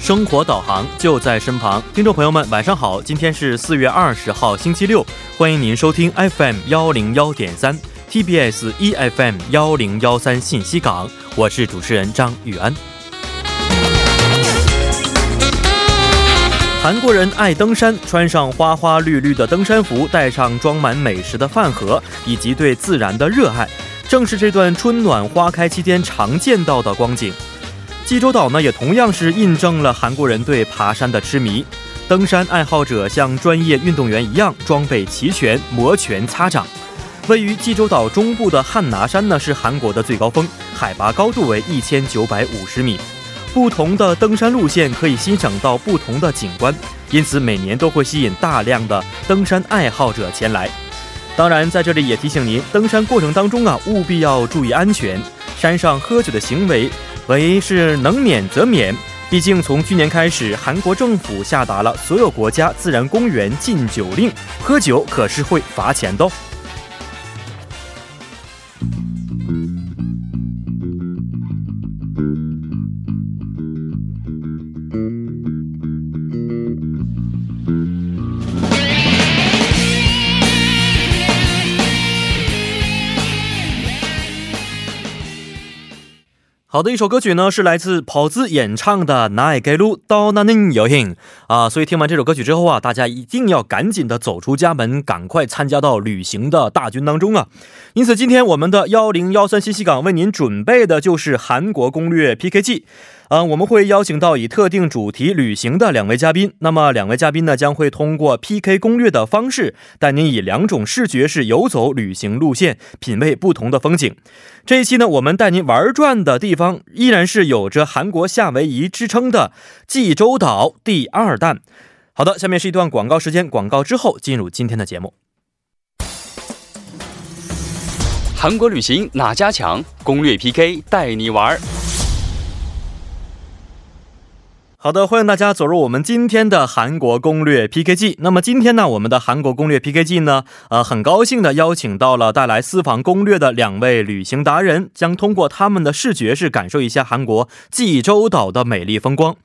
生活导航就在身旁，听众朋友们，晚上好！今天是四月二十号，星期六，欢迎您收听 FM 幺零幺点三 TBS EFM E 幺零幺三信息港，我是主持人张玉安。韩国人爱登山，穿上花花绿绿的登山服，带上装满美食的饭盒，以及对自然的热爱，正是这段春暖花开期间常见到的光景。济州岛呢，也同样是印证了韩国人对爬山的痴迷。登山爱好者像专业运动员一样，装备齐全，摩拳擦掌。位于济州岛中部的汉拿山呢，是韩国的最高峰，海拔高度为一千九百五十米。不同的登山路线可以欣赏到不同的景观，因此每年都会吸引大量的登山爱好者前来。当然，在这里也提醒您，登山过程当中啊，务必要注意安全。山上喝酒的行为为是能免则免。毕竟从去年开始，韩国政府下达了所有国家自然公园禁酒令，喝酒可是会罚钱的哦。好的，一首歌曲呢是来自跑子演唱的《哪也给路到那宁有幸》啊，所以听完这首歌曲之后啊，大家一定要赶紧的走出家门，赶快参加到旅行的大军当中啊。因此，今天我们的幺零幺三信息港为您准备的就是韩国攻略 PK 季。嗯，我们会邀请到以特定主题旅行的两位嘉宾。那么，两位嘉宾呢，将会通过 PK 攻略的方式，带您以两种视觉式游走旅行路线，品味不同的风景。这一期呢，我们带您玩转的地方依然是有着韩国夏威夷之称的济州岛第二弹。好的，下面是一段广告时间，广告之后进入今天的节目。韩国旅行哪家强？攻略 PK 带你玩儿。好的，欢迎大家走入我们今天的韩国攻略 PK 季。那么今天呢，我们的韩国攻略 PK 季呢，呃，很高兴的邀请到了带来私房攻略的两位旅行达人，将通过他们的视觉是感受一下韩国济州岛的美丽风光。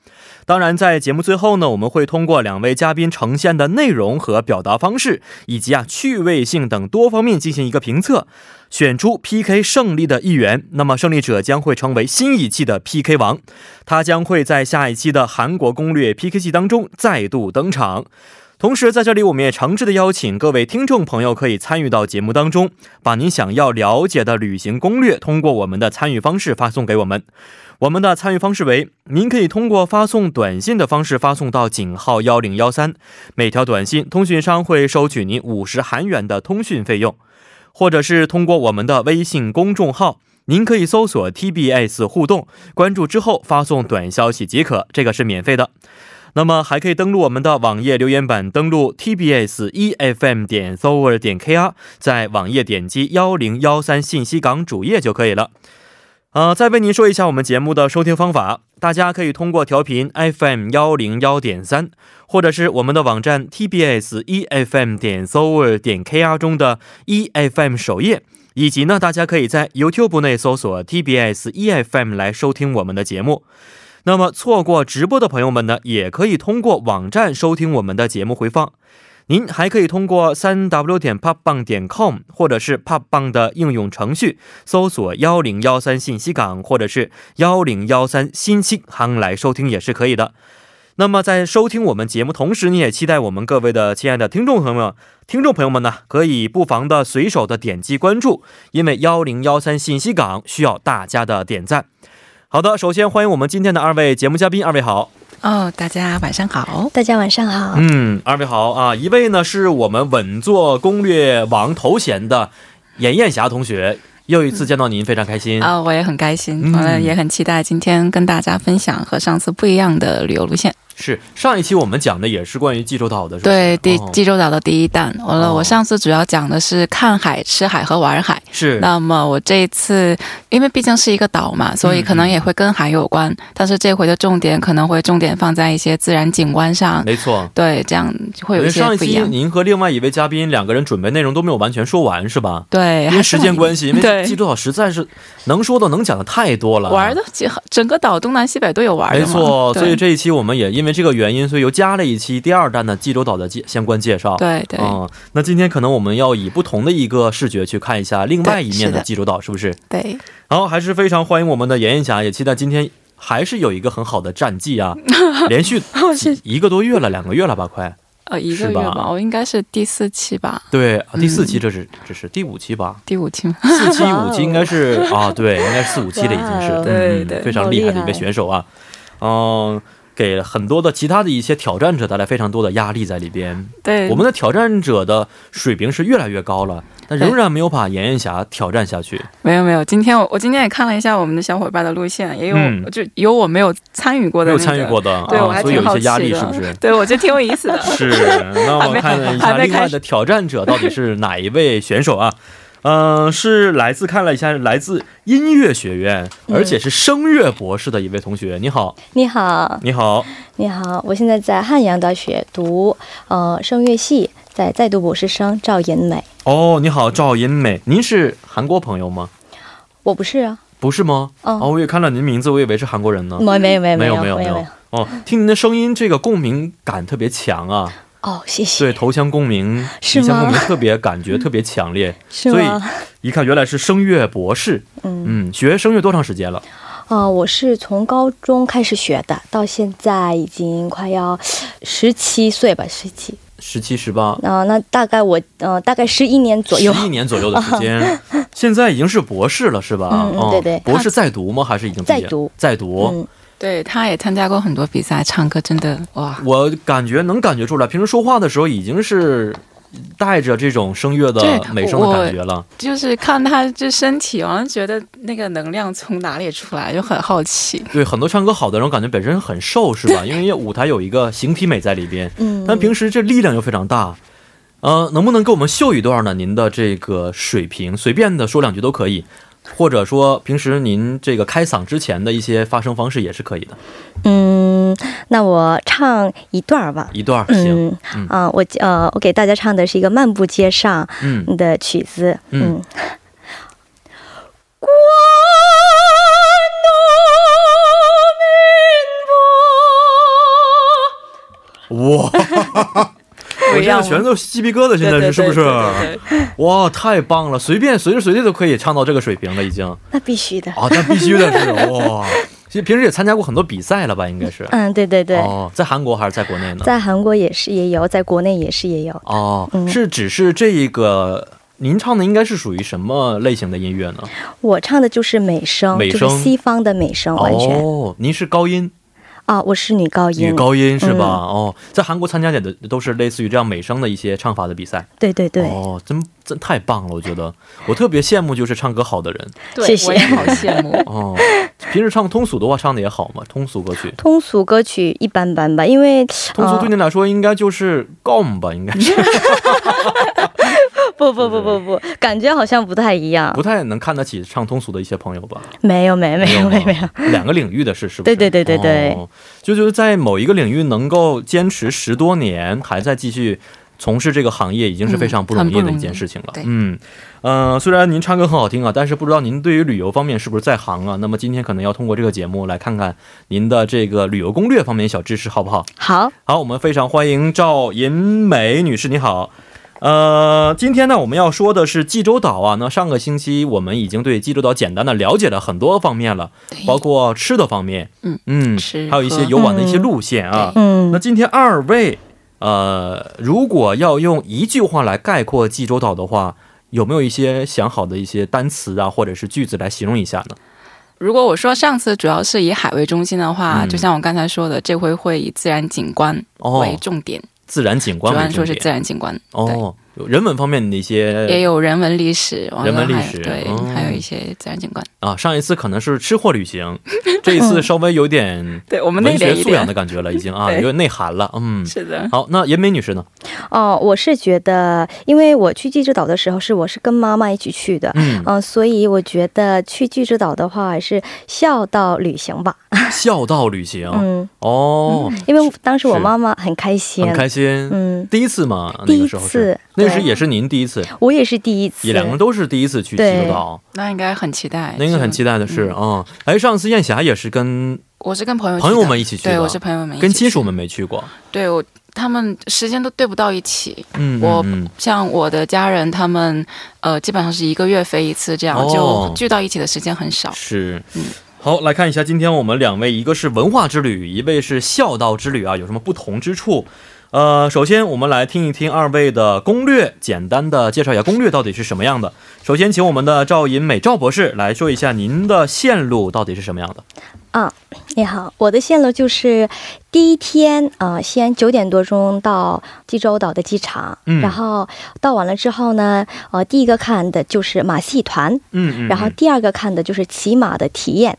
当然，在节目最后呢，我们会通过两位嘉宾呈现的内容和表达方式，以及啊趣味性等多方面进行一个评测，选出 PK 胜利的一员。那么胜利者将会成为新一季的 PK 王，他将会在下一期的韩国攻略 PK 季当中再度登场。同时，在这里我们也诚挚的邀请各位听众朋友可以参与到节目当中，把您想要了解的旅行攻略通过我们的参与方式发送给我们。我们的参与方式为：您可以通过发送短信的方式发送到井号幺零幺三，每条短信通讯商会收取您五十韩元的通讯费用，或者是通过我们的微信公众号。您可以搜索 TBS 互动，关注之后发送短消息即可，这个是免费的。那么还可以登录我们的网页留言板，登录 tbs efm E 点 s o v e r 点 kr，在网页点击幺零幺三信息港主页就可以了。呃，再为您说一下我们节目的收听方法，大家可以通过调频 FM 幺零幺点三，或者是我们的网站 TBS EFM E 点 s o v e r 点 KR 中的 EFM 首页，以及呢，大家可以在 YouTube 内搜索 TBS EFM E 来收听我们的节目。那么错过直播的朋友们呢，也可以通过网站收听我们的节目回放。您还可以通过三 w 点 p o p b a n g 点 com 或者是 p o p b a n g 的应用程序搜索幺零幺三信息港或者是幺零幺三新息行来收听也是可以的。那么在收听我们节目同时，你也期待我们各位的亲爱的听众朋友们，听众朋友们呢，可以不妨的随手的点击关注，因为幺零幺三信息港需要大家的点赞。好的，首先欢迎我们今天的二位节目嘉宾，二位好。哦，大家晚上好。大家晚上好，嗯，二位好啊！一位呢是我们稳坐攻略王头衔的严艳霞同学，又一次见到您，非常开心。啊、我也很开心，嗯我也很期待今天跟大家分享和上次不一样的旅游路线。是上一期我们讲的也是关于济州岛的，是吧对，第哦济州岛的第一弹。完了，哦我上次主要讲的是看海、吃海和玩海。是那么我这一次，因为毕竟是一个岛嗯嘛，所以可能也会跟海有关，但是这回的重点可能会重点放在一些自然景观上。没错。对，这样会因有为一些上一不一期样。您和另外一位嘉宾两个人准备内容都没有完全说完，是吧？对，因还为是时间关系，因为 对济州岛实在是能说的、能讲的太多了。玩的几整个岛东南西北都有玩的没嘛。错，对所以这一期我们也因为这个原因，所以又加了一期第二弹的济州岛的介相关介绍。对对嗯，那今天可能我们要以不同的一个视觉去看一下另外一面对是的的济州岛，是不是？对，好，还是非常欢迎我们的妍妍霞，也期待今天还是有一个很好的战绩 啊，连续我是一个多月了，两个月了吧，快。呃一个是月吧吧，我应该是第四期吧，对，嗯啊第四期这是、这是第五期吧？第五 期吗。四期五 期应该是啊，对，应该是四五期了，已经是哇哦对嗯对非常好厉害厉的一个害选手啊，嗯。给很多的其他的一些挑战者带来非常多的压力在里边。对，我们的挑战者的水平是越来越高了，但仍然没有把妍妍霞挑战下去。没有没有，今天我我今天也看了一下我们的小伙伴的路线，也有、嗯就有我没有参与过没的、有那个，参与过的，对我啊，还所以有一挺好些奇压的。力，是不 是？对，我觉得挺有意思的。 是，那我们看了一下还没另外开的始挑战者到底是哪一位选手啊？嗯、是来自看了一下，来自音乐学院，嗯而且是声乐博士的一位同学。你好，你好，你好，你好，我现在在汉阳大学读呃声乐系，在在读博士生赵银美。哦，你好，赵银美，您是韩国朋友吗？我不是啊，不是吗？嗯哦，我也看了您名字，我以为是韩国人呢。没没有嗯没有嗯没有有没有没没有。哦，听您的声音，这个共鸣感特别强啊！哦，谢谢，对，头腔共鸣、是鼻腔共吗鸣特别感 觉特别强烈，是所以吗？一看原来是声乐博士。嗯嗯，学声乐多长时间了？啊、我是从高中开始学的，到现在已经快要十七岁吧，十七。十七、十八，啊、那大概我呃大概十一年左右。十一年左哦右的时 间，现在已经是博士了，是吧？嗯嗯哦对对博士在读吗？还是已经毕业在读在读。嗯，对，他也参加过很多比赛，唱歌真的哇，我感觉能感觉出来，平时说话的时候已经是带着这种声乐的对美声的感觉了。就是看他这身体，完了觉得那个能量从哪里出来，就很好奇。对，很多唱歌好的人，我感觉本身很瘦，是吧？因为舞台有一个形体美在里边，嗯但平时这力量又非常大。呃，能不能给我们秀一段呢？您的这个水平，随便的说两句都可以，或者说平时您这个开嗓之前的一些发声方式也是可以的。嗯，那我唱一段儿吧。一段儿行，嗯啊、我呃，我给大家唱的是一个漫步街上，嗯的曲子，嗯嗯。 哇，我现在全都鸡皮疙瘩，现在是是不是？哇，太棒了！随便随时随地都可以唱到这个水平了，已经 啊，那必须的。那必须的是哇！其实平时也参加过很多比赛了吧？应该是嗯，对对对，哦，在韩国还是在国内呢？在韩国也是也有，在国内也是也有。哦，嗯是只是这一个。您唱的应该是属于什么类型的音乐呢？我唱的就是美声，美声就是西方的美声，完全哦，您是高音，啊、我是女高音，女高音是吧？嗯哦，在韩国参加的都是类似于这样美声的一些唱法的比赛。对对对，哦，真真太棒了！我觉得我特别羡慕就是唱歌好的人对，谢谢我也好 羡慕。哦。平时唱通俗的话，唱的也好嘛，通俗歌曲。通俗歌曲一般般吧，因为通俗对呃、你来说应该就是告姆吧，应该是 不不不不不，感觉好像不太一样不。太能看得起唱通俗的一些朋友吧？没有没有没有没有没有，有，啊两个领域的是是不是？对对对对对哦，就就是在某一个领域能够坚持十多年，还在继续。从事这个行业已经是非常不容易的一件事情了嗯很。不嗯，呃，虽然您唱歌很好听啊，但是不知道您对于旅游方面是不是在行啊？那么今天可能要通过这个节目来看看您的这个旅游攻略方面小知识，好不好？好，好，我们非常欢迎赵银美女士，你好。呃，今天呢，我们要说的是济州岛啊。那上个星期我们已经对济州岛简单的了解了很多方面了，包括吃的方面，嗯嗯吃，还有一些游玩的一些路线啊。嗯嗯那，今天二位，呃，如果要用一句话来概括济州岛的话，有没有一些想好的一些单词啊，或者是句子来形容一下呢？如果我说上次主要是以海为中心的话，嗯就像我刚才说的，这回会以自然景观哦为，重点，自然景观主为要说重是自点。然景观，哦，人文方面的一些也有人文历史，完了人文历还史对，哦还有一些自然景观。啊，上一次可能是吃货旅行，这一次稍微有点对 我们内文敛学一素养点的，感觉了，已经啊， 对有点内涵了。嗯，是的。好，那严梅女士呢？哦，我是觉得，因为我去济州岛的时候是我是跟妈妈一起去的，嗯，哦嗯、所以我觉得去济州岛的话还是孝道旅行吧，孝道旅行、嗯，哦，因为当时我是妈妈很开心，很开心。嗯，第一次嘛，第那一个时候是次，那对时也是您第一次，我也是第一次，也两个人都是第一次去济对州岛，那应该很期待，那应该很期待。待的是嗯啊、嗯哎，上次燕霞也是跟我是跟朋友去的朋友们一起去的嗯对，我是朋友们一起去跟亲属，们没去过，对我他们时间都对不到一起。嗯，我嗯像我的家人，他们呃基本上是一个月飞一次，这样、哦就聚到一起的时间很少嗯。是。好，来看一下今天我们两位，一个是文化之旅，一位是孝道之旅啊，有什么不同之处？呃，首先我们来听一听二位的攻略，简单的介绍一下攻略到底是什么样的。首先，请我们的赵银美赵博士来说一下您的线路到底是什么样的。你好，我的线路就是第一天，呃，先九点多钟到济州岛的机场，嗯然后到完了之后呢，呃，第一个看的就是马戏团，嗯嗯，然后嗯第二个看的就是骑马的体验，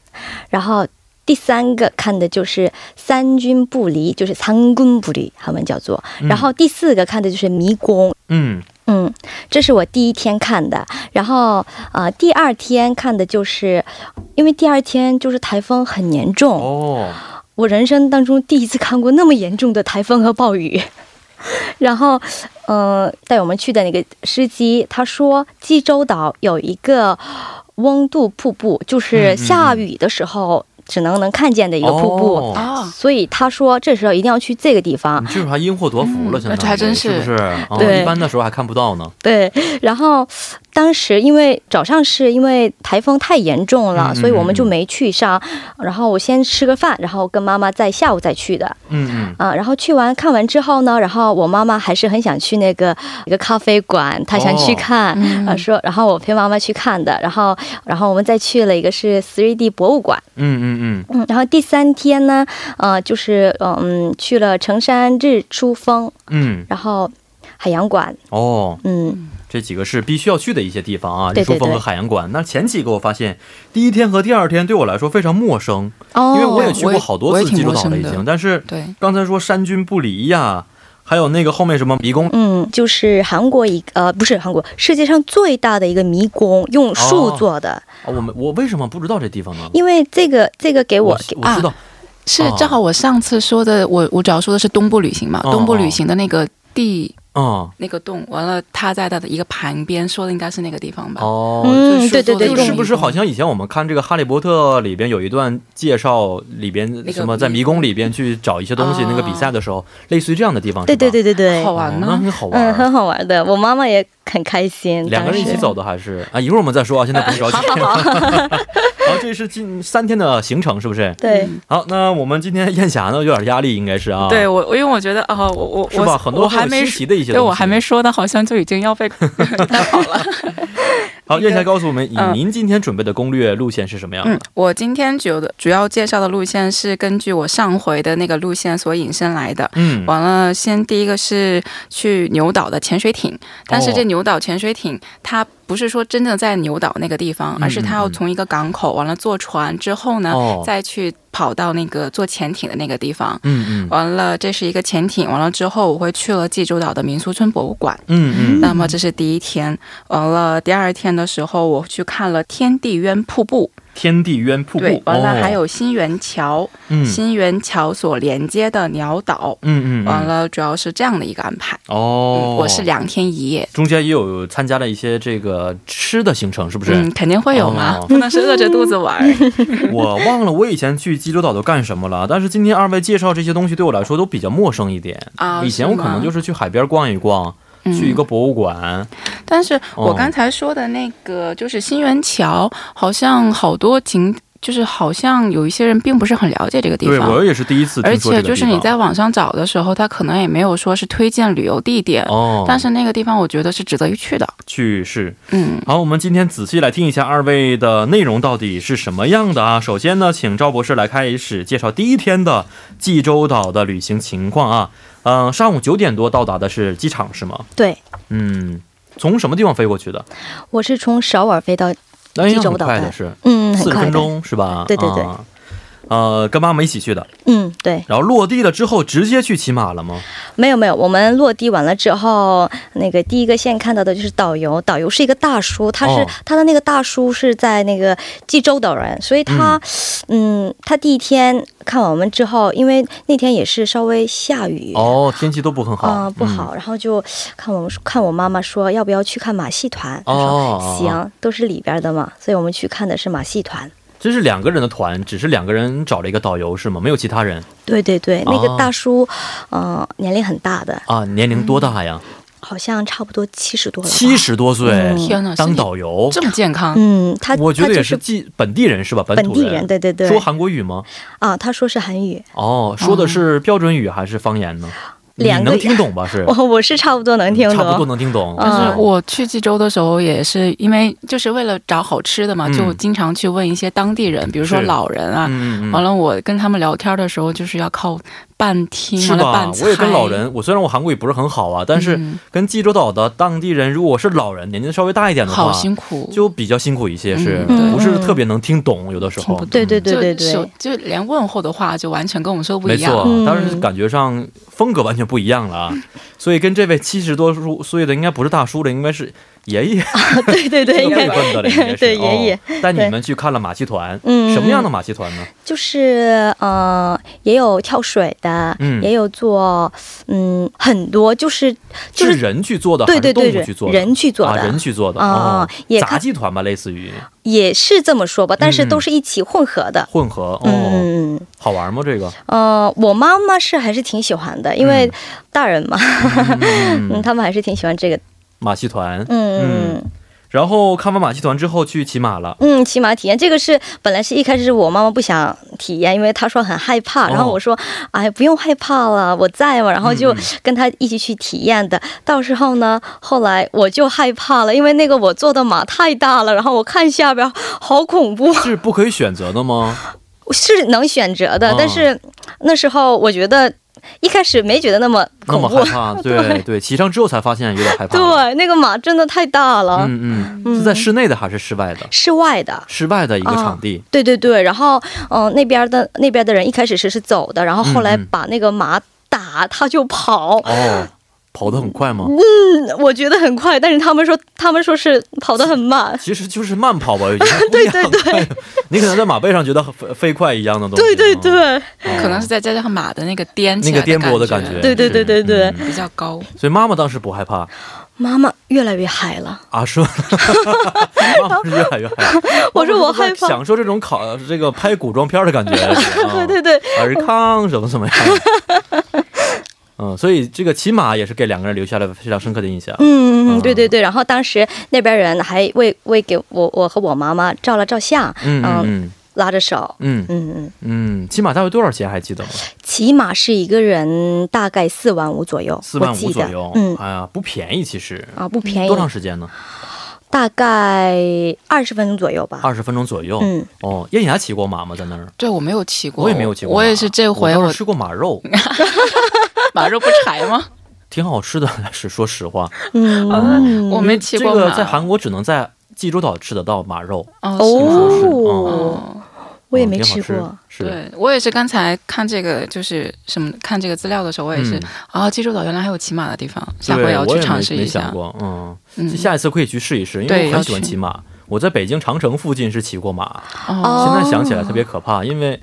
然后第三个看的就是三军不离，就是三军不离，他们叫做，嗯然后第四个看的就是迷宫。嗯，嗯，这是我第一天看的，然后呃，第二天看的就是，因为第二天就是台风很严重，哦，我人生当中第一次看过那么严重的台风和暴雨。 然后，嗯、带我们去的那个司机他说，济州岛有一个翁渡瀑布，嗯就是下雨的时候只能能看见的一个瀑布。哦嗯啊。所以他说，这时候一定要去这个地方你。这时候还因祸得福了，嗯现在这还真是是不是？哦对一般的时候还看不到呢。对，然后当时因为早上是因为台风太严重了，嗯所以我们就没去上。然后我先吃个饭，然后跟妈妈在下午再去的。嗯嗯，啊，然后去完看完之后呢，然后我妈妈还是很想去那个一个咖啡馆，她想哦去看，啊、嗯说，然后我陪妈妈去看的，然后然后我们再去了一个是 3D 博物馆，嗯嗯嗯，嗯，然后第三天呢，呃，就是呃嗯去了城山日出峰，嗯，然后海洋馆，哦，嗯，这几个是必须要去的一些地方啊，对日对出峰和对海洋馆。那前几个我发现，第一天和第二天对我来说非常陌生，哦，因为我也去我过也好多我也次挺济州岛陌了生已的经，但是对，刚才说山军不离呀、还有那个后面什么迷宫，嗯，就是韩国一呃不是韩国世界上最大的一个迷宫，用树哦做的，啊我们我为什么不知道这地方呢？因为这个这个给我我我给啊知道，是哦正好我上次说的，我我主要说的是东部旅行嘛，哦东部旅行的那个地嗯，那个洞，完了他在他的一个旁边，说的应该是那个地方吧。哦。嗯，是对对做对，的就是用是不是好像以前我们看这个《哈利波特》里边有一段介绍，里边个什么在迷迷宫里边去找一些东西，哦那个比赛的时候，类似于这样的地方，对是对吧，对对对，好玩哦那吗？很好玩嗯，很儿。好玩的，我妈妈也很开心。两个人一起当时走的还是啊，一会儿我们再说啊，现在不用着 急。 然后这是近三天的行程，是不是？对，嗯好，那我们今天燕霞呢有点压力，应该是啊，对，我，我因为我觉得啊，我我是吧？我很多我还没新奇的一些对东西，我还没说呢，好像就已经要被 带跑了。 好，燕霞告诉我们，以嗯您今天准备的攻略路线是什么样的？嗯，我今天主的主要介绍的路线是根据我上回的那个路线所引申来的。嗯，完了，先第一个是去牛岛的潜水艇，但是哦这牛岛潜水艇它不是说真的在牛岛那个地方，嗯而是它要嗯从一个港口完了坐船之后呢，哦再去跑到那个坐潜艇的那个地方。嗯嗯完了，这是一个潜艇。完了之后，我会去了济州岛的民俗村博物馆。嗯嗯，那么这是第一天。呃完了，第二天的时候，我去看了天地渊瀑布。天地渊瀑对布，，完了哦还有新源桥，嗯新源桥所连接的鸟岛。嗯嗯，完嗯了，主要是这样的一个安排。哦嗯，我是两天一夜。中间也有参加了一些这个吃的行程，是不是？嗯，肯定会有嘛，哦不能是饿着肚子玩儿。 我忘了我以前去济州岛都干什么了，但是今天二位介绍这些东西对我来说都比较陌生一点。啊嗯以前我可能就是去海边逛一逛，去一个博物馆。但是哦我刚才说的那个，就是新源桥，好像好多景，就是好像有一些人并不是很了解这个地对方。我也是第一次而听说这且个地方。就是你在网上找的时候，它可能也没有说是推荐旅游地点，哦，但是那个地方我觉得是值得一去的。去是嗯，好，我们今天仔细来听一下二位的内容到底是什么样的啊。首先呢，请赵博士来开始介绍第一天的济州岛的旅行情况啊。嗯、上午九点多到达的是机场是吗？对，嗯，从什么地方飞过去的？我是从首尔飞到那也济州很岛快的的是嗯，很四十快分的，钟是吧？对对对啊呃，跟妈妈一起去的，嗯，对，然后落地了之后直接去骑马了吗？没有没有，我们落地完了之后，那个第一个先看到的就是导游，导游是一个大叔，他是、哦他的那个大叔是在那个济州岛人，所以他嗯他第一天看完我们之后，因为那天也是稍微下雨。哦，天气都不很好，嗯，不嗯。好，然后就看我们看我妈妈说要不要去看马戏团，她说哦，哦，嗯行，都是里边的嘛，所以我们去看的是马戏团。这是两个人的团，只是两个人找了一个导游是吗？没有其他人对对对，那哦个大叔，呃，年龄很大的，啊？年龄多大呀？好像差不多七十多了吧。七十多岁，嗯天哪，身当体导游，这么健康，嗯，他我觉他得也就是既本地人是吧？本本土地人，对对对，说韩国语吗？啊，他说是韩语，哦，说的是标准语还是方言呢？你两个能听懂吧？是嗯 我、我是差不多能听懂，差不多能听懂。嗯但是我去济州的时候，也是因为就是为了找好吃的嘛，嗯就经常去问一些当地人，比如说是老人啊。嗯嗯完嗯，了，我跟他们聊天的时候，就是要靠半听，是完了吧半？猜。我也跟老人，我虽然我韩国语不是很好啊，但是嗯跟济州岛的当地人，如果是老人，年纪稍微大一点的好话，辛苦，就比较辛苦一些，是嗯不是特别能听懂？有的时候听不，对对对就对手对，就连问候的话就完全跟我们说的不没一样。错嗯，当然是感觉上风格完全不一样 了啊。所以跟这位七十多数岁的，应该不是大叔了，应该是爷爷 对对 对，这应个该部分的了，应该是。对爷爷哦。带你们去看了马戏团，嗯什么样的马戏团呢？就是呃，也有跳水的，嗯也有做嗯很多，就是就是是人去做的，对对还对是动物去做对，的？人去做的，啊，人去做的啊哦，也杂看技团吧，类似于也是这么说吧，但是嗯都是一起混合的。混合哦，嗯，好玩吗？ 这个？呃，我妈妈是还是挺喜欢的，因为大人嘛，嗯，嗯， 他们还是挺喜欢这个，马戏团。嗯然后看完马戏团之后去骑马了，嗯，骑马体验这个是本来是一开始是我妈妈不想体验，因为她说很害哦怕，然后我说，哎，不用害怕了，我在嘛，然后就嗯嗯跟她一起去体验的。到时候呢，后来我就害怕了，因为那个我坐的马太大了，然后我看下边好恐怖， 是不可以选择的吗？是能选择的哦，但是那时候我觉得一开始没觉得那么那恐么怖害，怕，对对，骑上之后才发现有点害怕。，对，那个马真的太大了，啊嗯嗯，是在室内的还是室外的？室外的。室外的一个场地，对对对，然后嗯、呃那边的那边的人一开始是是走的，然后后来嗯嗯把那个马打，他就跑。哦，跑得很快吗？嗯啊我觉得很快，但是他们说他们说是跑得很慢。其实就是慢跑吧，有 点对对对， 你可能在马背上觉得很飞飞快一样的东西。对对哦，对可能是再加上马的那个颠起那来个颠簸的感感觉。对对对对对是嗯比较高。所以妈妈当时不害怕，妈妈越来越嗨了，啊，说， 妈妈是越来越害怕。我说我害怕享受这种考这个拍古装片的感 觉。对对对对，尔康什么什么样。嗯，所以这个骑马也是给两个人留下了非常深刻的印象。嗯嗯嗯对对对。然后当时那边人还为为给我我和我妈妈照了照相，嗯嗯拉着手，嗯嗯嗯嗯。嗯，骑马大约多少钱还记得吗？起码是一个人大概四万五左右，四万我记五得左右。嗯哎呀，不便宜，其实啊不便宜，多长时间呢？大概二十分钟左右吧。二十分钟左右。嗯，哦，燕雅骑过马吗？在那儿？对我没有骑过，我也没有骑过马。我也是这回我倒我 是吃过马肉， 马肉不柴吗？挺好吃的。是说实话，啊 嗯，我没骑这过个马。在韩国只能在济州岛吃得到马肉。哦是是哦，哦，我也没嗯挺好吃吃过。是对我也是刚才看这个就是什么看这个资料的时候，我也是嗯啊，济州岛原来还有骑马的地方，下对，回要我去也没尝试没一想下。过，嗯，嗯就下一次可以去试一试，因为对我很喜欢要去骑马。我在北京长城附近是骑过马，哦现在想起来特别可哦怕，因为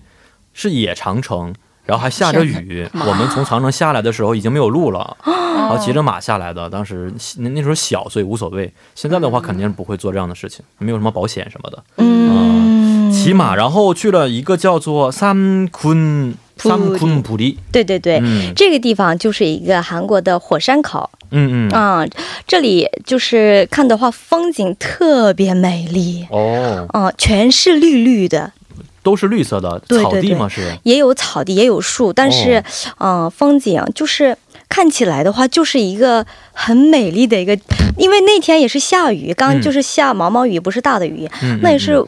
是野长城，然后还下着雨。我们从长城下来的时候已经没有路了，哦然后骑哦着马下来的。当时那那时候小，所以无所谓。现在的话肯定不会做这样的事情，没有什么保险什么的。嗯，骑马，然后去了一个叫做三坤三坤普利，对对对。嗯这个地方就是一个韩国的火山口嗯嗯，啊、这里就是看的话，风景特别美丽哦，啊、全是绿绿的，都是绿色的对对草地对吗？是也有草地，也有树，但是，哦嗯、风景就是看起来的话，就是一个很美丽的一个，因为那天也是下雨，刚嗯就是下毛毛雨，不是大的雨，嗯那也嗯是，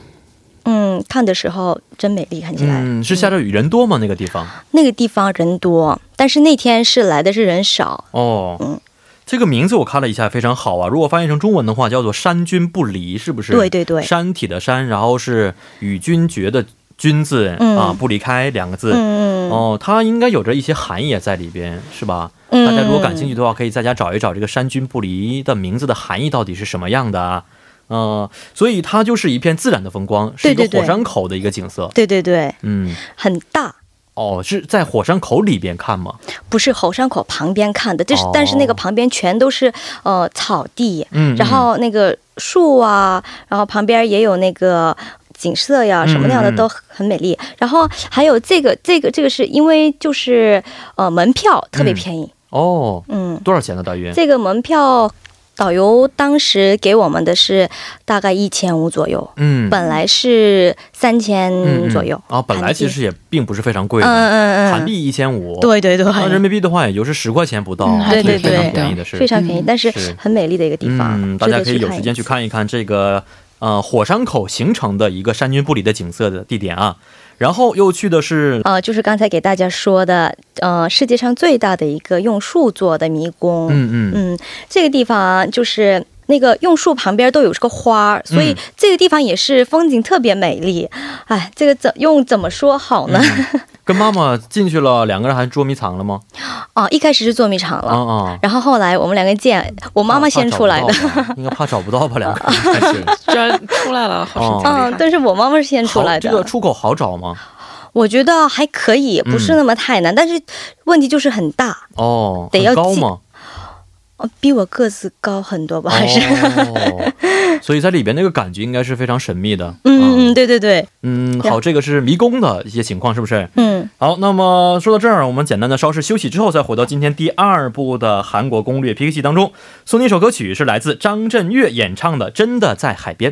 嗯看的时候真美丽，看起来、嗯，是下着雨，人多吗？那个地方？那个地方人多，但是那天是来的是人少，哦，嗯这个名字我看了一下，非常好啊。如果翻译成中文的话，叫做“山君不离”，是不是？对对对山体的山，然后是与君绝的“君”字、嗯啊，不离开两个字。嗯哦，它应该有着一些含义也在里边，是吧？嗯哦大家如果感兴趣的话，可以在家找一找这个“山君不离”的名字的含义到底是什么样的啊？嗯、所以它就是一片自然的风光，是一个对对对火山口的一个景色。对对对，嗯，很大，哦，是在火山口里边看吗？不是猴山口旁边看的，这是、哦但是那个旁边全都是呃草地，嗯，然后那个树啊，然后旁边也有那个。景色呀，嗯什么样的嗯都很美丽。然后还有这个，这个，这个是因为就是呃，门票特别嗯便宜，哦，嗯，多少钱呢？大约？这个门票导游当时给我们的是大概一千五左右，嗯，本来是三嗯千嗯左右。啊，本来其实也并不是非常贵的，嗯嗯韩嗯嗯，币一千五，，啊对对对，换人民币的话也就是十块钱不到，嗯所以对对非常对便宜的是，非常便宜，但是是很美丽的一个地方，嗯，大值家得可以有看时一间去看一看这个呃火山口形成的一个山君不离的景色的地点啊。然后又去的是呃，就是刚才给大家说的，呃，世界上最大的一个用树做的迷宫，嗯嗯嗯，这个地方就是那个用树旁边都有这个花儿，所以嗯这个地方也是风景特别美丽。哎，这个怎用怎么说好呢？跟妈妈进去了，两个人还捉迷藏了吗？啊，一开始是捉迷藏了。啊啊，然后后来我们两个见，我妈妈先出来的，怕找不到吧，应该怕找不到吧？两个人应该是 居然出来了，哦好神 嗯，奇！但是我妈妈是 先出来好，的。哦这个出口好找吗？我觉得还可以，不是那么太难，但是嗯问题就是很大，哦，得要很高进吗？哦比我个子高很多吧，还是？ 哦， 所以在里边那个感觉应该是非常神秘的。啊嗯嗯，对对对，嗯，对好，这个是迷宫的一些情况，是不是？嗯好，那么说到这儿，我们简单的稍事休息之后，再回到今天第二部的韩国攻略 PK 戏当中，送你一首歌曲，是来自张震岳演唱的《真的在海边》。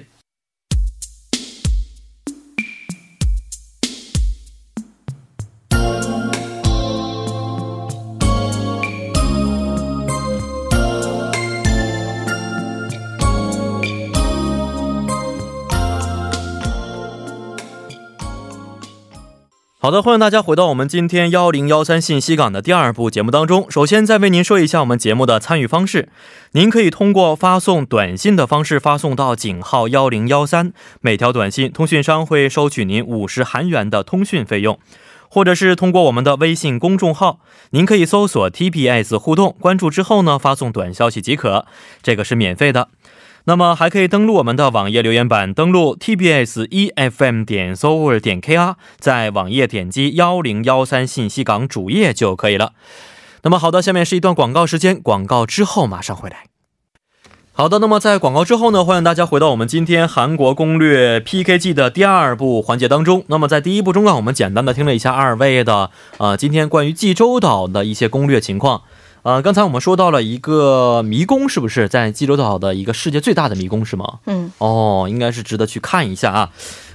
好的，欢迎大家回到我们今天幺零幺三信息港的第二部节目当中。首先，再为您说一下我们节目的参与方式，您可以通过发送短信的方式发送到井号幺零幺三，每条短信通讯商会收取您五十韩元的通讯费用。或者是通过我们的微信公众号，您可以搜索 TPS 互动，关注之后呢，发送短消息即可，这个是免费的。那么还可以登录我们的网页留言板，登录 tbs efm E 点 s o u r 点 kr，在网页点击幺零幺三信息港主页就可以了。那么好的，下面是一段广告时间，广告之后马上回来。好的，那么在广告之后呢，欢迎大家回到我们今天韩国攻略 PKG 的第二部环节当中。那么在第一部中啊，我们简单的听了一下二位的呃今天关于济州岛的一些攻略情况。呃，刚才我们说到了一个迷宫，是不是在济州岛的一个世界最大的迷宫是吗？嗯，哦，应该是值得去看一下啊。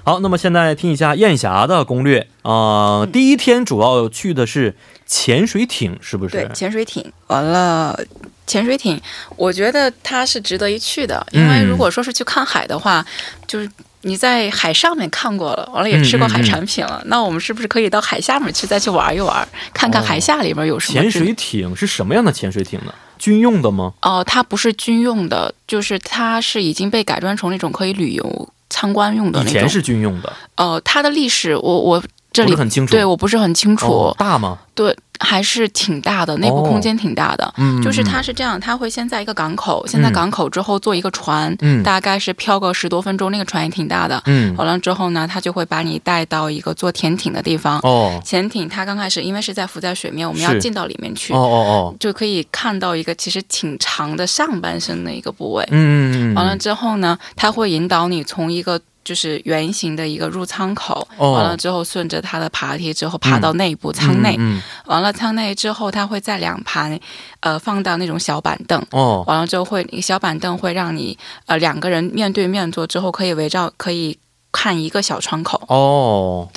好，那么现在听一下燕霞的攻略。呃，嗯第一天主要去的是潜水艇，是不对是，？潜水艇完了。潜水艇，我觉得它是值得一去的，因为嗯如果说是去看海的话，就是你在海上面看过了，完了也嗯吃过海产品了，那我们是不是可以到海下面去再去玩一玩，看看哦海下里面有什么潜之类的？水艇是什么样的潜水艇呢？军用的吗？哦，它不是军用的，就是它是已经被改装成那种可以旅游参观用的以那前种。是军用的，呃，它的历史我我这不里是很清楚。对我不是很清楚，哦，大吗？对，还是挺大的，内部哦空间挺大的。嗯，就是它嗯，是这样，它会先在一个港口，先在嗯港口之后坐一个船，嗯大概是漂个十多分钟，那个船也挺大的。嗯，完了之后呢，它就会把你带到一个做潜艇的地方。哦，潜艇它刚开始因为是在浮在水面，我们是要进到里面去哦哦，哦，就可以看到一个其实挺长的上半身的一个部位。嗯，嗯嗯完了之后呢，它会引导你从一个就是圆形的一个入舱口，哦嗯完了之后顺着它的爬梯之后爬到内部舱内，嗯嗯嗯完了舱内之后，它会在两排，呃，放到那种小板凳。哦，完了之后会，小板凳会让你呃两个人面对面坐，之后可以围绕可以看一个小窗口。哦，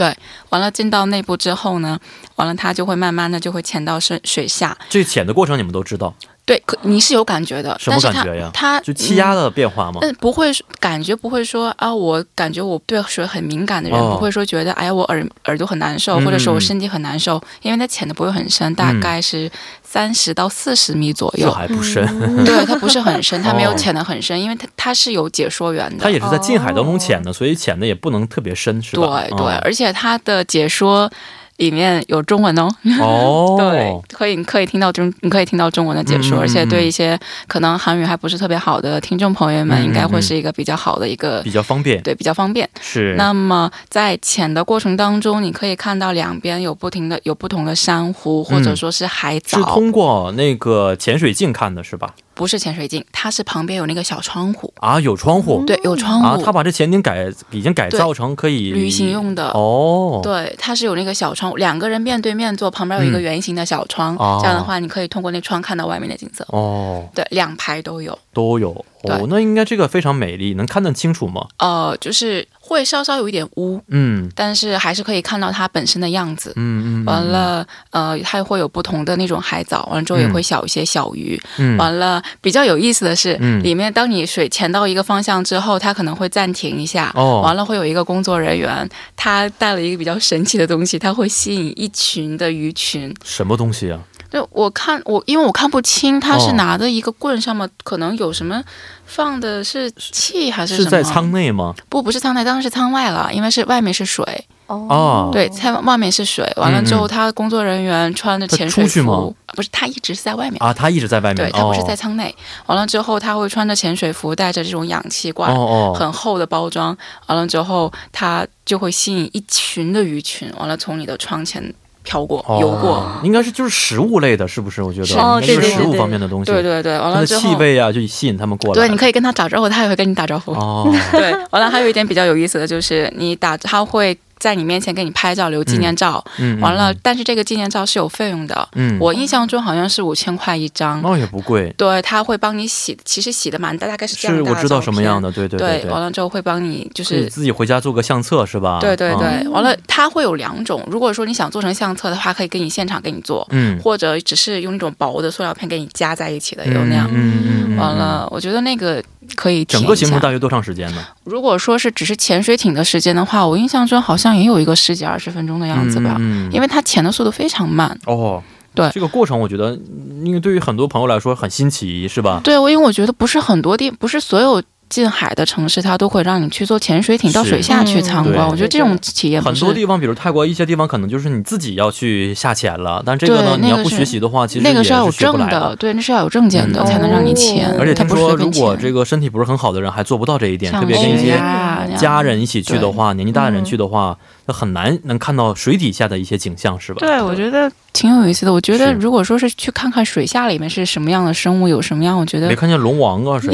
完了进到内部之后呢，完了它就会慢慢的就会潜到深水下。这潜的过程你们都知道，对，可你是有感觉的，什么感觉呀但是它它就气压嗯的变化吗？但不会说感觉不会说啊，我感觉我对水很敏感的人，哦不会说觉得哎呀我耳耳朵很难受，嗯或者说我嗯身体很难受，因为它潜的不会很深，大概是三十到四十米左这右。还不嗯深，对，它不是很深，它没有哦潜得很深，因为它它是有解说员的它。也是在近海当中潜的，所以潜的也不能特别深，是对吧？哦嗯对，而且它的解说里面有 中文哦。嗯哦， 对，可以，你可以听到中，你可以听到中文的解嗯嗯说，嗯而且对一些可能韩语还不是特别好的听众朋友嗯嗯们，嗯应该会是一个比较好的一个，比较方便，对，比较方便。是那么在潜的过程当中，你可以看到两边有不停的有不同的珊瑚，或者说是海是藻，通过那个潜水镜看的是吧？不是潜水镜，它是旁边有那个小窗户，啊，有窗户、对，有嗯窗啊，户，他把这潜艇改已经改造成可以旅行用的。哦，对，它是有那个小窗，两个人面对面坐，旁边有一个嗯圆形的小窗，哦这样的话，你可以通过那窗看到外面的景色。哦，对，两排都有。都有哦对，那应该这个非常美丽，能看得清楚吗？呃，就是会稍稍有一点污，嗯但是还是可以看到它本身的样子。嗯嗯，嗯完，了，呃，它会有不同的那种海藻，完了之后也嗯会小一些小鱼。嗯，完了，比较有意思的是，嗯里面当你水潜到一个方向之后，它可能会暂停一下。哦完了，会有一个工作人员，他带了一个比较神奇的东西，他会吸引一群的鱼群。什么东西啊？对，我看我因为我看不清，他哦是拿着一个棍上面，可能有什么放的是气还是什是么？在舱内吗？不，不是舱内，当然是舱外了，因为是外面是水， 哦对，在外面是水。完了之后，他工作人员穿着潜水嗯他出去服，吗不是，他一直是在外面，啊，他一直在外面，对他不是哦在舱内。完了之后，他会穿着潜水服，带着这种氧气罐，哦哦，很厚的包装。完了之后，他就会吸引一群的鱼群，完了从你的窗前飘过、哦游过。应该是就是食物类的，是不是？我觉得是应哦该就是对对食物对方面的东西，对对对，完它了的之气后，味啊，就吸引他们过来。对，你可以跟他打招呼，他也会跟你打招呼。 哦，对，完了还有一点比较有意思的就是，你打他会在你面前给你拍照留纪念照，嗯，完了，，但是这个纪念照是有费用的，嗯，哦我印象中好像是五千块一张。那也不贵，对，他会帮你洗，其实洗的蛮大，大概是这样是大的我知道什么样的。的，对对对，完对，了之后会帮你就可以是。自己回家做个相册是吧？对对啊，对，完了，它会有两种。如果说你想做成相册的话，可以给你现场给你做，嗯，或者只是用那种薄的塑料片给你加在一起的，有那样。嗯嗯嗯嗯，完了，我觉得那个可以体整验个一行下程大约多长时间呢？如果说是只是潜水艇的时间的话，我印象中好像也有一个十几二十分钟的样子吧，嗯，嗯嗯因为它潜的速度非常慢。哦，对这个过程，我觉得，嗯因为对于很多朋友来说很新奇，是吧？对，我因为我觉得不是很多地，不是所有近海的城市它都会让你去坐潜水艇到水下去参是嗯观。我觉得这种对体验不很是多地方，比如泰国一些地方，可能就是你自己要去下潜了，但这个呢，对你要那不个是学习的话，其实那个也是要有学不证来的，。对，那是要有证件的、嗯才能让你潜，哦而且它听不是说，随便如果潜这个身体不是很好的人，还做不到这一点，特像别跟一学些呀那样嗯家人一起去的话，年纪大的人去的话，那很难能看到水底下的一些景象，是吧？对，我觉得挺有意思的。我觉得是如果说是去看看水下里面是什么样的生物，有什么样，我觉没得看见龙王啊， 谁？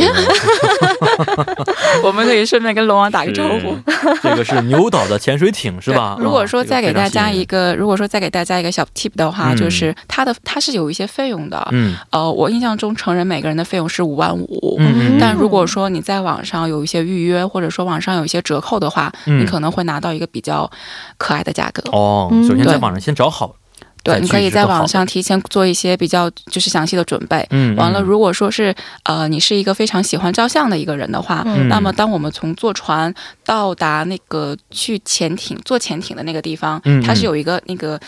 我们可以顺便跟龙王打个招呼。是。这个是牛岛的潜水艇，是吧？哦啊对如果说再给大家一个，个，如果说再给大家一个小 tip 的话，嗯就是它的它是有一些费用的。嗯呃，我印象中成人每个人的费用是五万五。嗯嗯但如果说你在网上有一些预约，或者说网上有一些折扣的话，嗯你可能会拿到一个比较可爱的价格。哦，首先嗯在对网上先找好，再对，去你可以是更在好的网上提前做一些比较就是详细的准备。嗯，完了，嗯如果说是呃你是一个非常喜欢照相的一个人的话，嗯那么当我们从坐船到达那个去潜艇坐潜艇的那个地方，嗯它是嗯有一个那个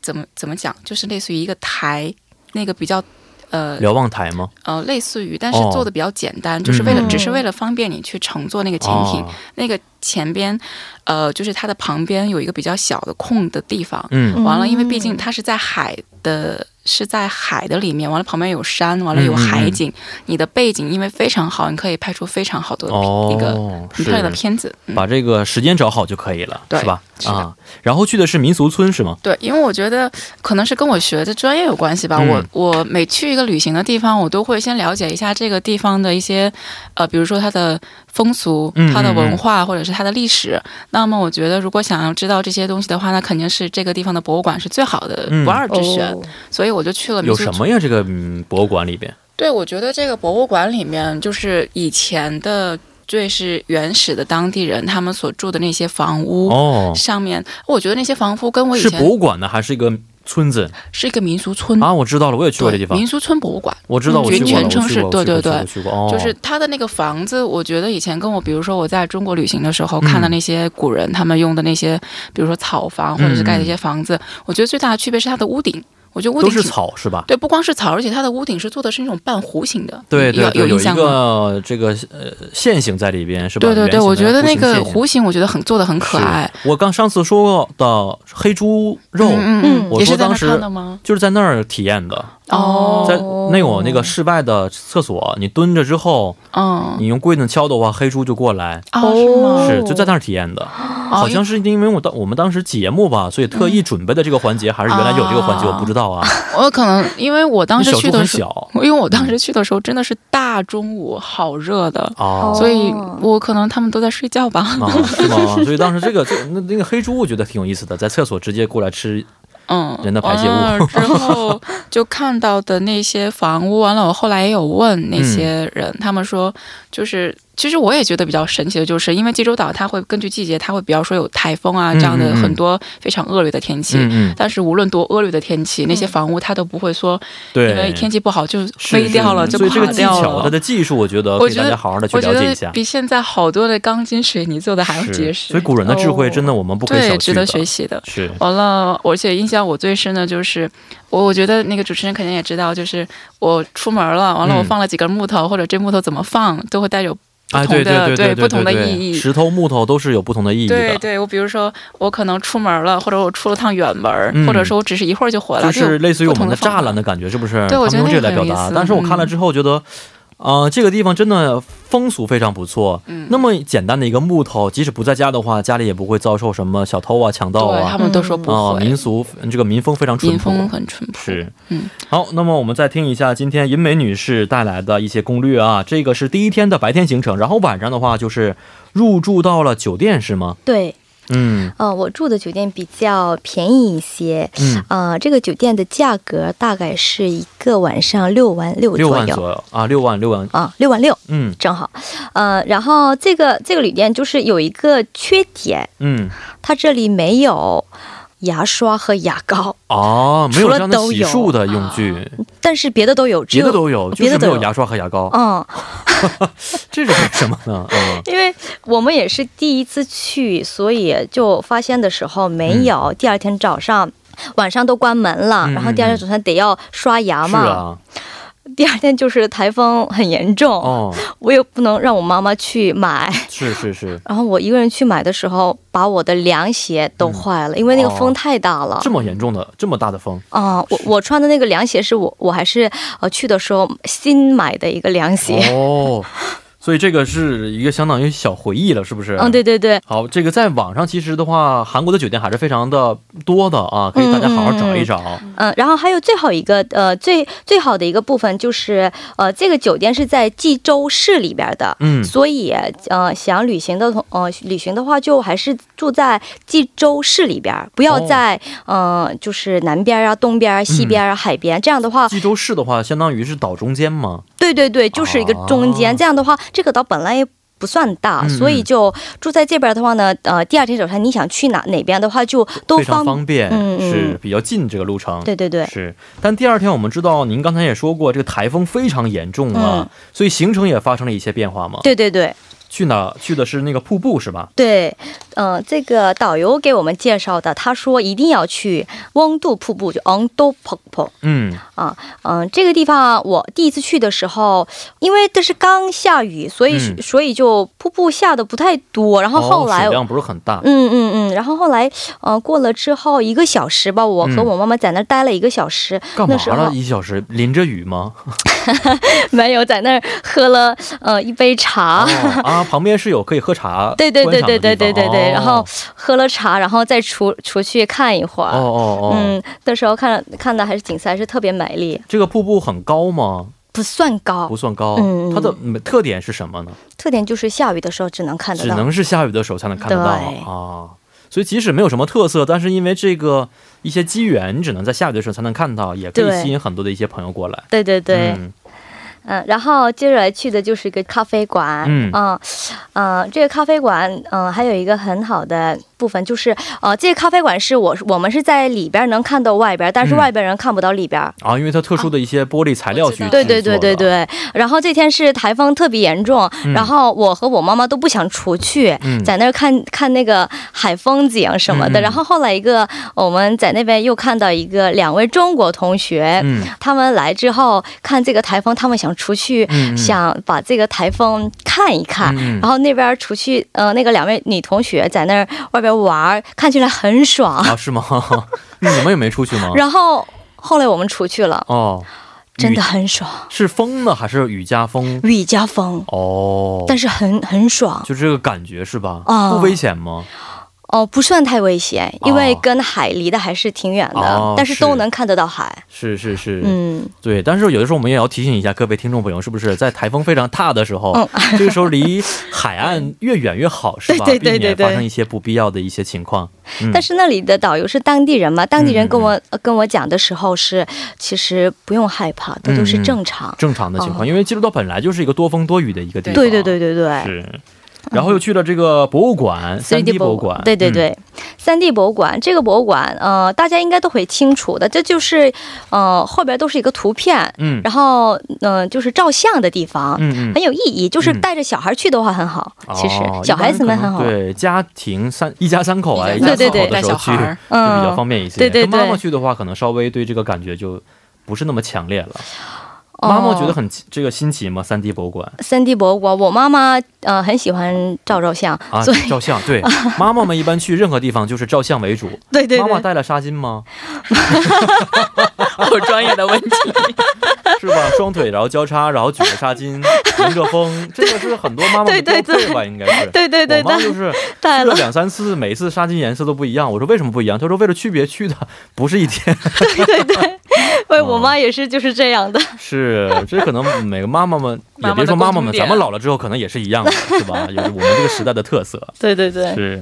怎么怎么讲，就是类似于一个台，那个比较。呃瞭望台吗？呃，类似于，但是哦做的比较简单，就是为了、嗯只是为了方便你去乘坐那个潜艇。哦那个前边，呃，就是它的旁边有一个比较小的空的地方，嗯完了，因为嗯毕竟它是在海的，是在海的里面，完了旁边有山，完了有嗯嗯海嗯景，你的背景因为非常好，你可以拍出非常好的哦，一个很漂亮的是片子。嗯，把这个时间找好就可以了，对是吧？是的啊，然后去的是民俗村是吗？对，因为我觉得可能是跟我学的专业有关系吧。嗯我我每去一个旅行的地方，我都会先了解一下这个地方的一些，呃，比如说它的风俗嗯、它的文嗯化或者是它的历史。那么我觉得，如果想要知道这些东西的话，那肯定是这个地方的博物馆是最好的嗯不二之选。哦所以我就去呃了民有俗什村么呀？这个嗯，博物馆里边对，我觉得这个博物馆里面，就是以前的最是原始的当地人他们所住的那些房屋、哦，上面，我觉得那些房屋跟我以是前博物馆呢，还是一个村子是一个民俗村。啊，我知道了，我也去过这地方对，民俗村博物馆，我知道我去全过了，我全称去是过，对对我去对，过，我去过，哦，就是它的那个房子，我觉得以前跟我，比如说我在中国旅行的时候嗯看到那些古人他们用的那些，比如说草房或者是盖的一些房子，我觉得最大的区别是它的屋顶，我觉得屋嗯都顶是挺。草是吧？对，不光是草，而且它的屋顶是做的是那种半弧形的，对对有对，有印一象吗？个这个呃线形在里边是吧？对对圆形对，的我觉得那弧个形线形弧形，我觉得很做的很可爱。是我刚上次说到黑猪肉，嗯嗯嗯哦我嗯，也是说在当那时看的吗？就是在那儿体验的，哦在那有那个室外的厕所，你蹲着之后，嗯，你用棍子敲的话，黑猪就过来。啊，是吗？是，就在那儿体验哦的，好像是因为我当我们当时节目吧，所以特嗯意准备的这个环节，还是原来有这个环节，啊我不知道啊。我可能因为我当时你小去猪的很时小候， 因为我当嗯时去的时候真的是大中午，好热的，哦，所以我可能他们都在睡觉吧。 啊，是吗？所以当时这个这那那个黑猪，我觉得挺有意思的，在厕所直接过来吃，嗯，人的排泄物完了之后就看到的那些房屋，完了我后来也有问那嗯些人，他们说就是。其实我也觉得比较神奇的，就是因为济州岛它会根据季节，它会比较说有台风啊嗯这样的嗯嗯很多非常恶劣的天气。嗯嗯，但是无论多恶劣的天气，那些房屋它都不会说对，因为天气不好就是飞掉了是就所以这个垮技掉巧它了。的技术，我觉得可我以觉大得家好好的去我觉了解得一下。比现在好多的钢筋水泥做的还要结是，实，哦所以古人的智慧真的我们不可以小对觑值的。得学习的。是，完了，而且印象我最深的就是，我我觉得那个主持人肯定也知道，就是我出门了，完了嗯我放了几根木头，或者这木头怎么放，都会带有不哎，同对的、对对不同的对意义。石头、木头都是有不同的意义对的。对，我比如说我可能出门了，或者我出了趟远门儿，嗯或者说我只是一会儿就回来，就有是类似于我不同们的方栅法栏的感觉，是不是？对我他们觉得用这个来表那个很有达意。思但是我看了嗯之后觉得，呃，这个地方真的风俗非常不错。嗯那么简单的一个木头，即使不在家的话，家里也不会遭受什么小偷啊、抢盗对他啊。们都说不啊、会，民俗这个民风非常淳民朴。风很淳朴。是，嗯，好，那么我们再听一下今天银美女士带来的一些攻略啊，这个是第一天的白天行程，然后晚上的话就是入住到了酒店是吗？对，嗯呃，我住的酒店比较便宜一些，嗯，呃，这个酒店的价格大概是一个晚上六万六六万左右左右啊，六万六万，啊，六万六嗯正好。呃，然后这个这个旅店就是有一个缺点，嗯，它这里没有牙刷和牙膏，哦，没有这样的除了都洗有漱的用具，但是别的都有，只别有的都有，就别是的没都有有牙刷和牙膏，嗯，这是为什么 呢？嗯，因为我们也是第一次去，所以就发现的时候没有，第二天早上。晚上都关门了，嗯然后第二天嗯早上得要刷牙是嘛。啊，第二天就是台风很严重，哦，我也不能让我妈妈去买。是是是，然后我一个人去买的时候，把我的凉鞋都坏了，因为那个哦风太大了。这么严重的，这么大的风，啊、我我穿的那个凉鞋是我我还是呃去的时候新买的一个凉鞋。哦，所以这个是一个相当于小回忆了，是不是？啊嗯，对对对，好，这个在网上其实的话，韩国的酒店还是非常的多的啊，可以大家好好找一找。嗯，然后还有最后一个呃最最好的一个部分就是呃这个酒店是在济州市里边的。嗯所以，呃，想旅行的同呃旅行的话，就还是住在济州市里边，不要哦在、呃就是南边啊、东边啊、西边啊、嗯海边。这样的话，济州市的话，相当于是岛中间嘛。对对对，就是一个中间。哦这样的话，这个岛本来也不算大，嗯嗯所以就住在这边的话呢，呃，第二天早上你想去哪哪边的话，就都非常方。方便，嗯嗯是比较近这个路程。对对对，是，但第二天我们知道，您刚才也说过，这个台风非常严重啊，嗯所以行程也发生了一些变化嘛。对对对去哪儿？去的是那个瀑布是吧？对，呃，这个导游给我们介绍的，他说一定要去翁渡瀑布，就翁渡瀑布。嗯，嗯、这个地方我第一次去的时候，因为这是刚下雨，所以、嗯所以就瀑布下的不太多。然后后哦、来水量不是很大。嗯嗯嗯，然后后来，呃，过了之后一个小时吧，我和嗯我妈妈在那儿待了一个小时，干嘛那时候了？一小时淋着雨吗？没有在那儿喝了呃一杯茶，哦啊，旁边是有可以喝茶对对对观赏的对对对地方对对，哦然后 喝了茶，然后再出出去看一会儿。哦哦哦，嗯，那时候看看的还是景色还是特别美丽，这个瀑布很高吗？不算高不，算高，嗯嗯它的嗯特点是什么呢？特点就是下雨的时候只能看得只到。能是下雨的时候才能看得到对啊。所以即使没有什么特色，但是因为这个一些机缘，你只能在下雨的时候才能看到，也可以对吸引很多的一些朋友过来。对对对，嗯嗯、然后接着来去的就是一个咖啡馆，嗯呃嗯，呃，这个咖啡馆，嗯、还有一个很好的部分，就是呃，这个咖啡馆是我我们是在里边能看到外边，但是嗯外边人看不到里边。啊，因为它特殊的一些玻璃材料去制啊作我的、对对对对对，然后这天是台风特别严重，然后我和我妈妈都不想出去，嗯在那儿看看那个海风景什么的。嗯嗯然后后来一个我们在那边又看到一个两位中国同学，嗯，他们来之后看这个台风，他们想出去，嗯嗯想把这个台风看一看。嗯嗯然后那边出去，呃，那个两位女同学在那儿外边玩儿，看起来很爽。啊，是吗？ 你们也没出去吗？然后后来我们出去了，哦，真的雨很爽，是风呢，还是雨夹风？雨加风，哦，但是很很爽。就这个感觉是吧？哦不危险吗？哦，不算太危险，因为哦跟海离得还是挺远的，哦但是都是能看得到海。是是是，嗯，对。但是有的时候我们也要提醒一下各位听众朋友，是不是在台风非常大的时候，嗯这个时候离海岸越远越好，是吧？ 对对对对避免发对生一些不必要的一些情况。嗯、但是那里的导游是当地人嘛，当地人跟我、呃跟我讲的时候是，其实不用害怕，这嗯都是正常。正常的情况，因为基督岛本来就是一个多风多雨的一个地方。哦对对对对嗯对。是。然后又去了这个博物馆，三 D 博物馆，对对嗯，对，三、D 博物馆这个博物馆，呃，大家应该都会清楚的，这就是，呃，后边都是一个图片，嗯然后，嗯、就是照相的地方，嗯嗯，很有意义，就是嗯带着小孩去的话很好，其实哦小孩子们很好一般可能对家庭三一家三口啊，一一家家三三口口的带时候小去孩儿就嗯比较方便一些。对对跟妈妈对去的话，可能稍微对这个感觉就不是那么强烈了。哦妈妈觉得很这个新奇吗？三 D 博物馆三 D 博物馆，我妈妈呃很喜欢照照相，啊 所以，照相对，妈妈们一般去任何地方就是照相为主。对对妈妈对，带了纱巾 吗？哦好专业的问题。是吧？双腿然后交叉，然后举着纱巾，迎着 风，这个是很多妈妈的对对标对配吧？应该是。对对对哎我妈对就是带去了了，两三次，每次纱巾颜色都不一样。我说为什么不一样？她说为了区别去的，不是一天。对哦我妈也是就是这样的， 是，这可能每个妈妈们，妈也妈的别说妈妈共同们，点咱们老了之后可能也是一样的，是 吧？也是我们这个时代的特色。对对哎对，是。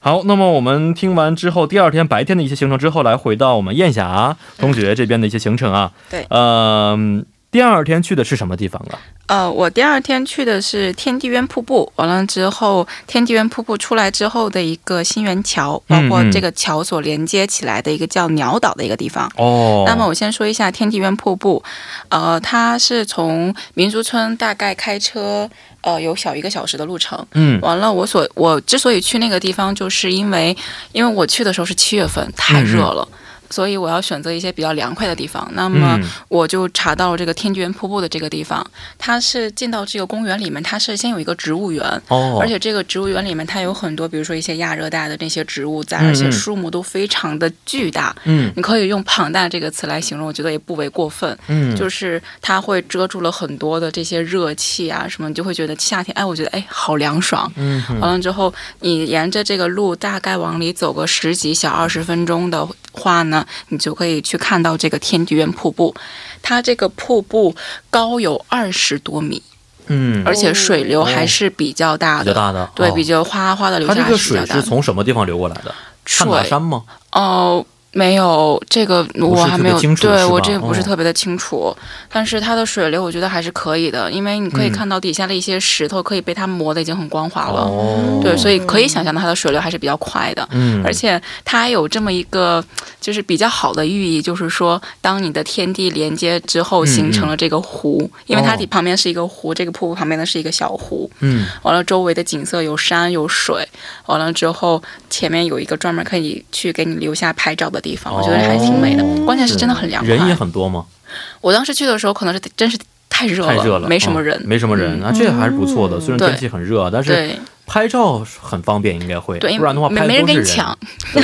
好，那么我们听完之后，第二天白天的一些行程之后，来回到我们燕霞同学这边的一些行程啊。对嗯，第二天去的是什么地方啊？呃，我第二天去的是天地渊瀑布，完了之后，天地渊瀑布出来之后的一个新源桥，包括嗯嗯这个桥所连接起来的一个叫鸟岛的一个地方。哦，那么我先说一下天地渊瀑布，呃，它是从民族村大概开车，呃，有小一个小时的路程。嗯完了，我所我之所以去那个地方，就是因为因为我去的时候是七月份，太嗯热了。所以我要选择一些比较凉快的地方。那么嗯我就查到了这个天地园瀑布的这个地方，它是进到这个公园里面，它是先有一个植物园，哦，而且这个植物园里面它有很多，比如说一些亚热带的那些植物在，嗯嗯而且树木都非常的巨大。嗯你可以用庞大这个词来形容，我觉得也不为过分。嗯，就是它会遮住了很多的这些热气啊什么，你就会觉得夏天，哎，我觉得哎好凉爽。嗯哼完了之后，你沿着这个路大概往里走个十几小二十分钟的话呢，你就可以去看到这个天地渊瀑布。它这个瀑布高有二十多米，嗯，而且水流还是比较大比的，较大的，对，哦比较哗哗哗的流它下这来个是比水较大是的。从什么地方流过来的？汉马水山吗？哦。没有这个，是我还特没别有清楚对是我吧这个不哦是特别的清楚、但是它的水流我觉得还是可以的，因为你可以嗯看到底下的一些石头可以被它磨得已经很光滑了，哦，对，所以可以想象到它的水流还是比较快的。嗯，而且它还有这么一个，就是比较好的寓意，就是说，当你的天地连接之嗯后，形成了这个湖，因为它哦底旁边是一个湖，这个瀑布旁边呢是一个小湖，嗯完了周围的景色有山有水，完了之后前面有一个专门可以去给你留下拍照的地方，我觉得还挺美的哦。关键是真的很凉快。人也很多吗？我当时去的时候可能是真是太热太热了，没什么人，嗯没什么人嗯啊，这还是不错的。虽然对天气很热，啊但是对拍照很方便，应该会，对，不然的话没拍没的都人跟是你人。抢，对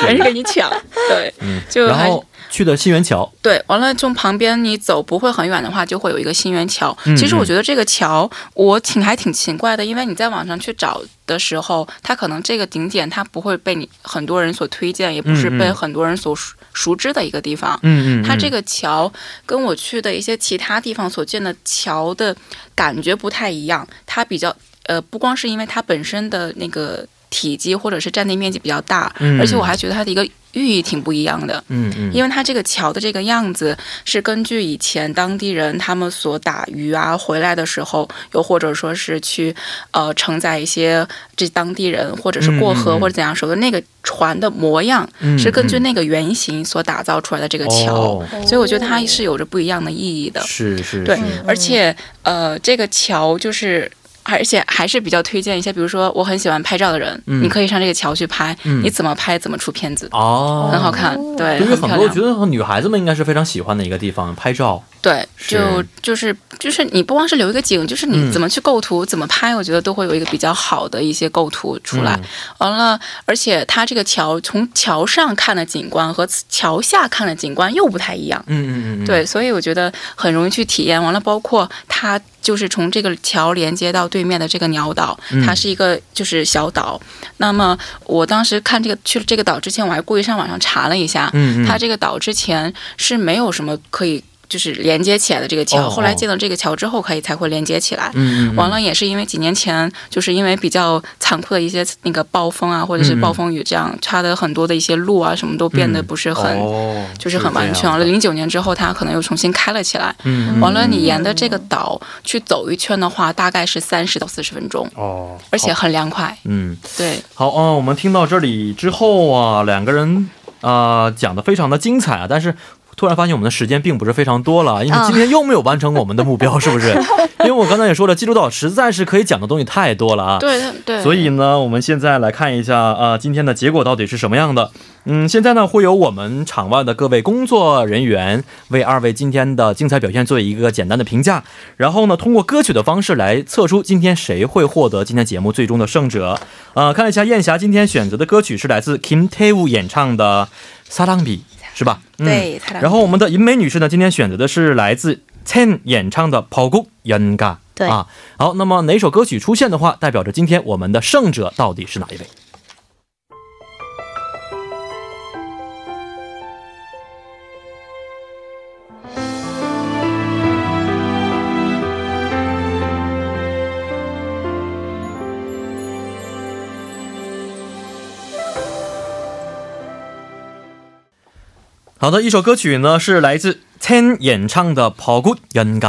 是没人跟你抢，对。嗯，就然还后去的新源桥，对，完了从旁边你走不会很远的话，就会有一个新源桥。嗯其实嗯我觉得这个桥我挺还挺奇怪的，因为你在网上去找的时候，它可能这个景点它不会被你很多人所推荐，也不是嗯嗯被很多人所熟熟知的一个地方。嗯嗯，它这个个桥跟我去的一些其他地方所见的桥的感觉不太一样，它比较呃，不光是因为它本身的那个体积或者是占地面积比较大，嗯而且我还觉得它的一个寓意挺不一样的。嗯嗯，为因为它这个桥的这个样子是根据以前当地人他们所打鱼啊回来的时候，又或者说是去呃承载一些这当地人或者是过嗯嗯河、嗯嗯或者怎样时候的那个船的模样，是根据那个原型所打造出来的这个桥，哦所以我觉得它是有着不一样的意义的。是是对是，而且呃，这个桥就是。而且还是比较推荐一些，比如说我很喜欢拍照的人，嗯你可以上这个桥去拍，嗯你怎么拍怎么出片子，哦，很好看，对，对于很很多漂我亮觉。得女孩子们应该是非常喜欢的一个地方，拍照。对，是就就是就是你不光是留一个景，就是嗯你怎么去构图、怎么拍，我觉得都会有一个比较好的一些构图出嗯来。完了，而且它这个桥从桥上看的景观和桥下看的景观又不太一样。嗯嗯嗯，嗯，对，所以我觉得很容易去体验。完了，包括它就是从这个桥连接到对面的这个鸟岛嗯，它是一个就是小岛。那么我当时看这个去了这个岛之前，我还故意上网上查了一下，嗯嗯，它这个岛之前是没有什么可以就是连接起来的这个桥，哦后来建了这个桥之后，可以才会连接起来。嗯嗯嗯完了，也是因为几年前，就是因为比较残酷的一些那个暴风啊，或者是嗯嗯嗯暴风雨这样，它的很多的一些路啊，什么都变得不是很，哦就是很完全了。零九年之后，它可能又重新开了起来。这样的嗯，嗯完了，你沿着这个岛去走一圈的话，大概是三十到四十分钟，哦，而且好很凉快。嗯对，好啊、我们听到这里之后啊，两个人啊、讲的非常的精彩啊，但是。突然发现我们的时间并不是非常多了，因为啊今天又没有完成我们的目标，是不是？因为我刚才也说了，济州岛实在是可以讲的东西太多了啊。对对。所以呢，我们现在来看一下啊、呃今天的结果到底是什么样的。嗯，现在呢，会有我们场外的各位工作人员为二位今天的精彩表现做一个简单的评价，然后呢，通过歌曲的方式来测出今天谁会获得今天节目最终的胜者。呃，看了一下燕霞今天选择的歌曲是来自 Kim Tae Woo 演唱的《撒浪比》，是吧？嗯、。对，才来然后我们的银美女士呢，今天选择的是来自 Ten 演唱的《跑酷 Yenga》。对啊，好，那么哪首歌曲出现的话，代表着今天我们的胜者到底是哪一位？好的，一首歌曲呢是来自 Ten 演唱的《跑酷 Yenga》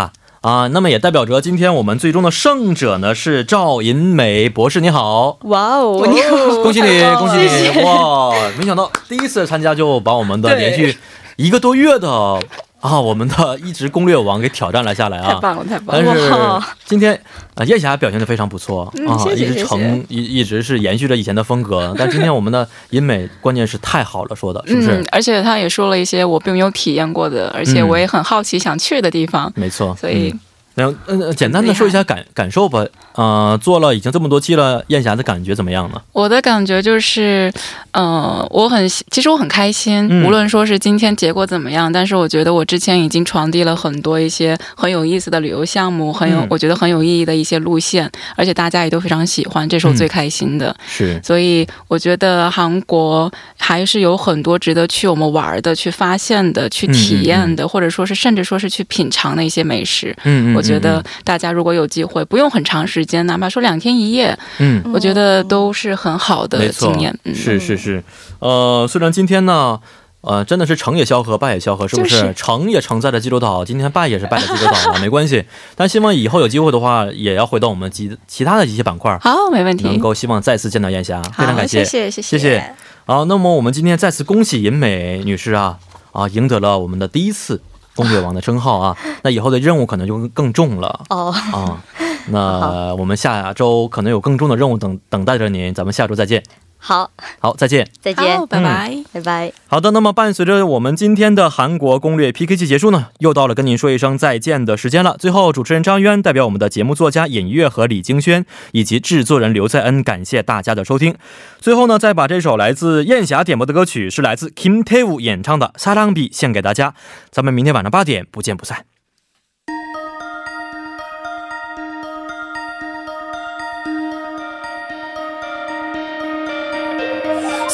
啊，那么也代表着今天我们最终的胜者呢是赵银梅博士，你好。哇哦，你好，恭喜你，恭喜你！谢谢哇，没想到第一次参加就把我们的连续一个多月的啊，我们的一直攻略王给挑战了下来太啊。棒了，太棒但了！是哇今天啊，燕霞表现的非常不错、嗯啊，谢谢一直成一一直是延续着以前的风 格。但今天我们的银美关键是太好了，说的是不是？嗯，而且他也说了一些我并没有体验过的，而且嗯我也很好奇想去的地方，没错。所以嗯然后，嗯、呃，简单的说一下感感受吧。呃，做了已经这么多期了，燕霞的感觉怎么样呢？我的感觉就是，呃，我很其实我很开心，嗯无论说是今天结果怎么样，但是我觉得我之前已经传递了很多一些很有意思的旅游项目，很有、嗯我觉得很有意义的一些路线，而且大家也都非常喜欢，这是我嗯最开心的。是，所以我觉得韩国还是有很多值得去我们玩儿的、去发现的、去体验的，或者说是甚至说是去品尝的一些美食。嗯我觉得，大家如果有机会，不用很长时间，哪怕说两天一夜，嗯，我觉得都是很好没的错经验。嗯，是是是，呃，虽然今天呢。呃，真的是成也萧何，败也萧何，是不是？就是成也成在了济州岛，今天败也是败在济州岛 了，没关系。但希望以后有机会的话，也要回到我们其其他的一些板块，好，没问题。能够希望再次见到燕霞，非常感谢。谢谢，谢谢。好，那么我们今天再次恭喜银美女士啊啊，赢得了我们的第一次攻略王的称号啊。那以后的任务可能就更重了哦，啊。那我们下周可能有更重的任务等等待着您，咱们下周再见。好，好，再见。再见好，，拜拜。拜拜。好的，那么伴随着我们今天的韩国攻略 PK 季结束呢，又到了跟您说一声再见的时间了。最后，主持人张渊代表我们的节目作家尹月和李京轩以及制作人刘在恩，感谢大家的收听。最后呢，再把这首来自燕霞点播的歌曲，是来自 Kim Tae Woo 演唱的《沙浪比》献给大家。咱们明天晚上八点不见不散。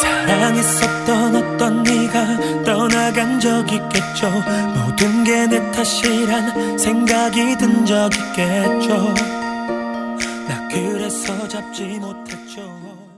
사랑했었던 어떤 네가 떠나간 적 있겠죠 모든 게 내 탓이란 생각이 든 적 있겠죠 나 그래서 잡지 못했죠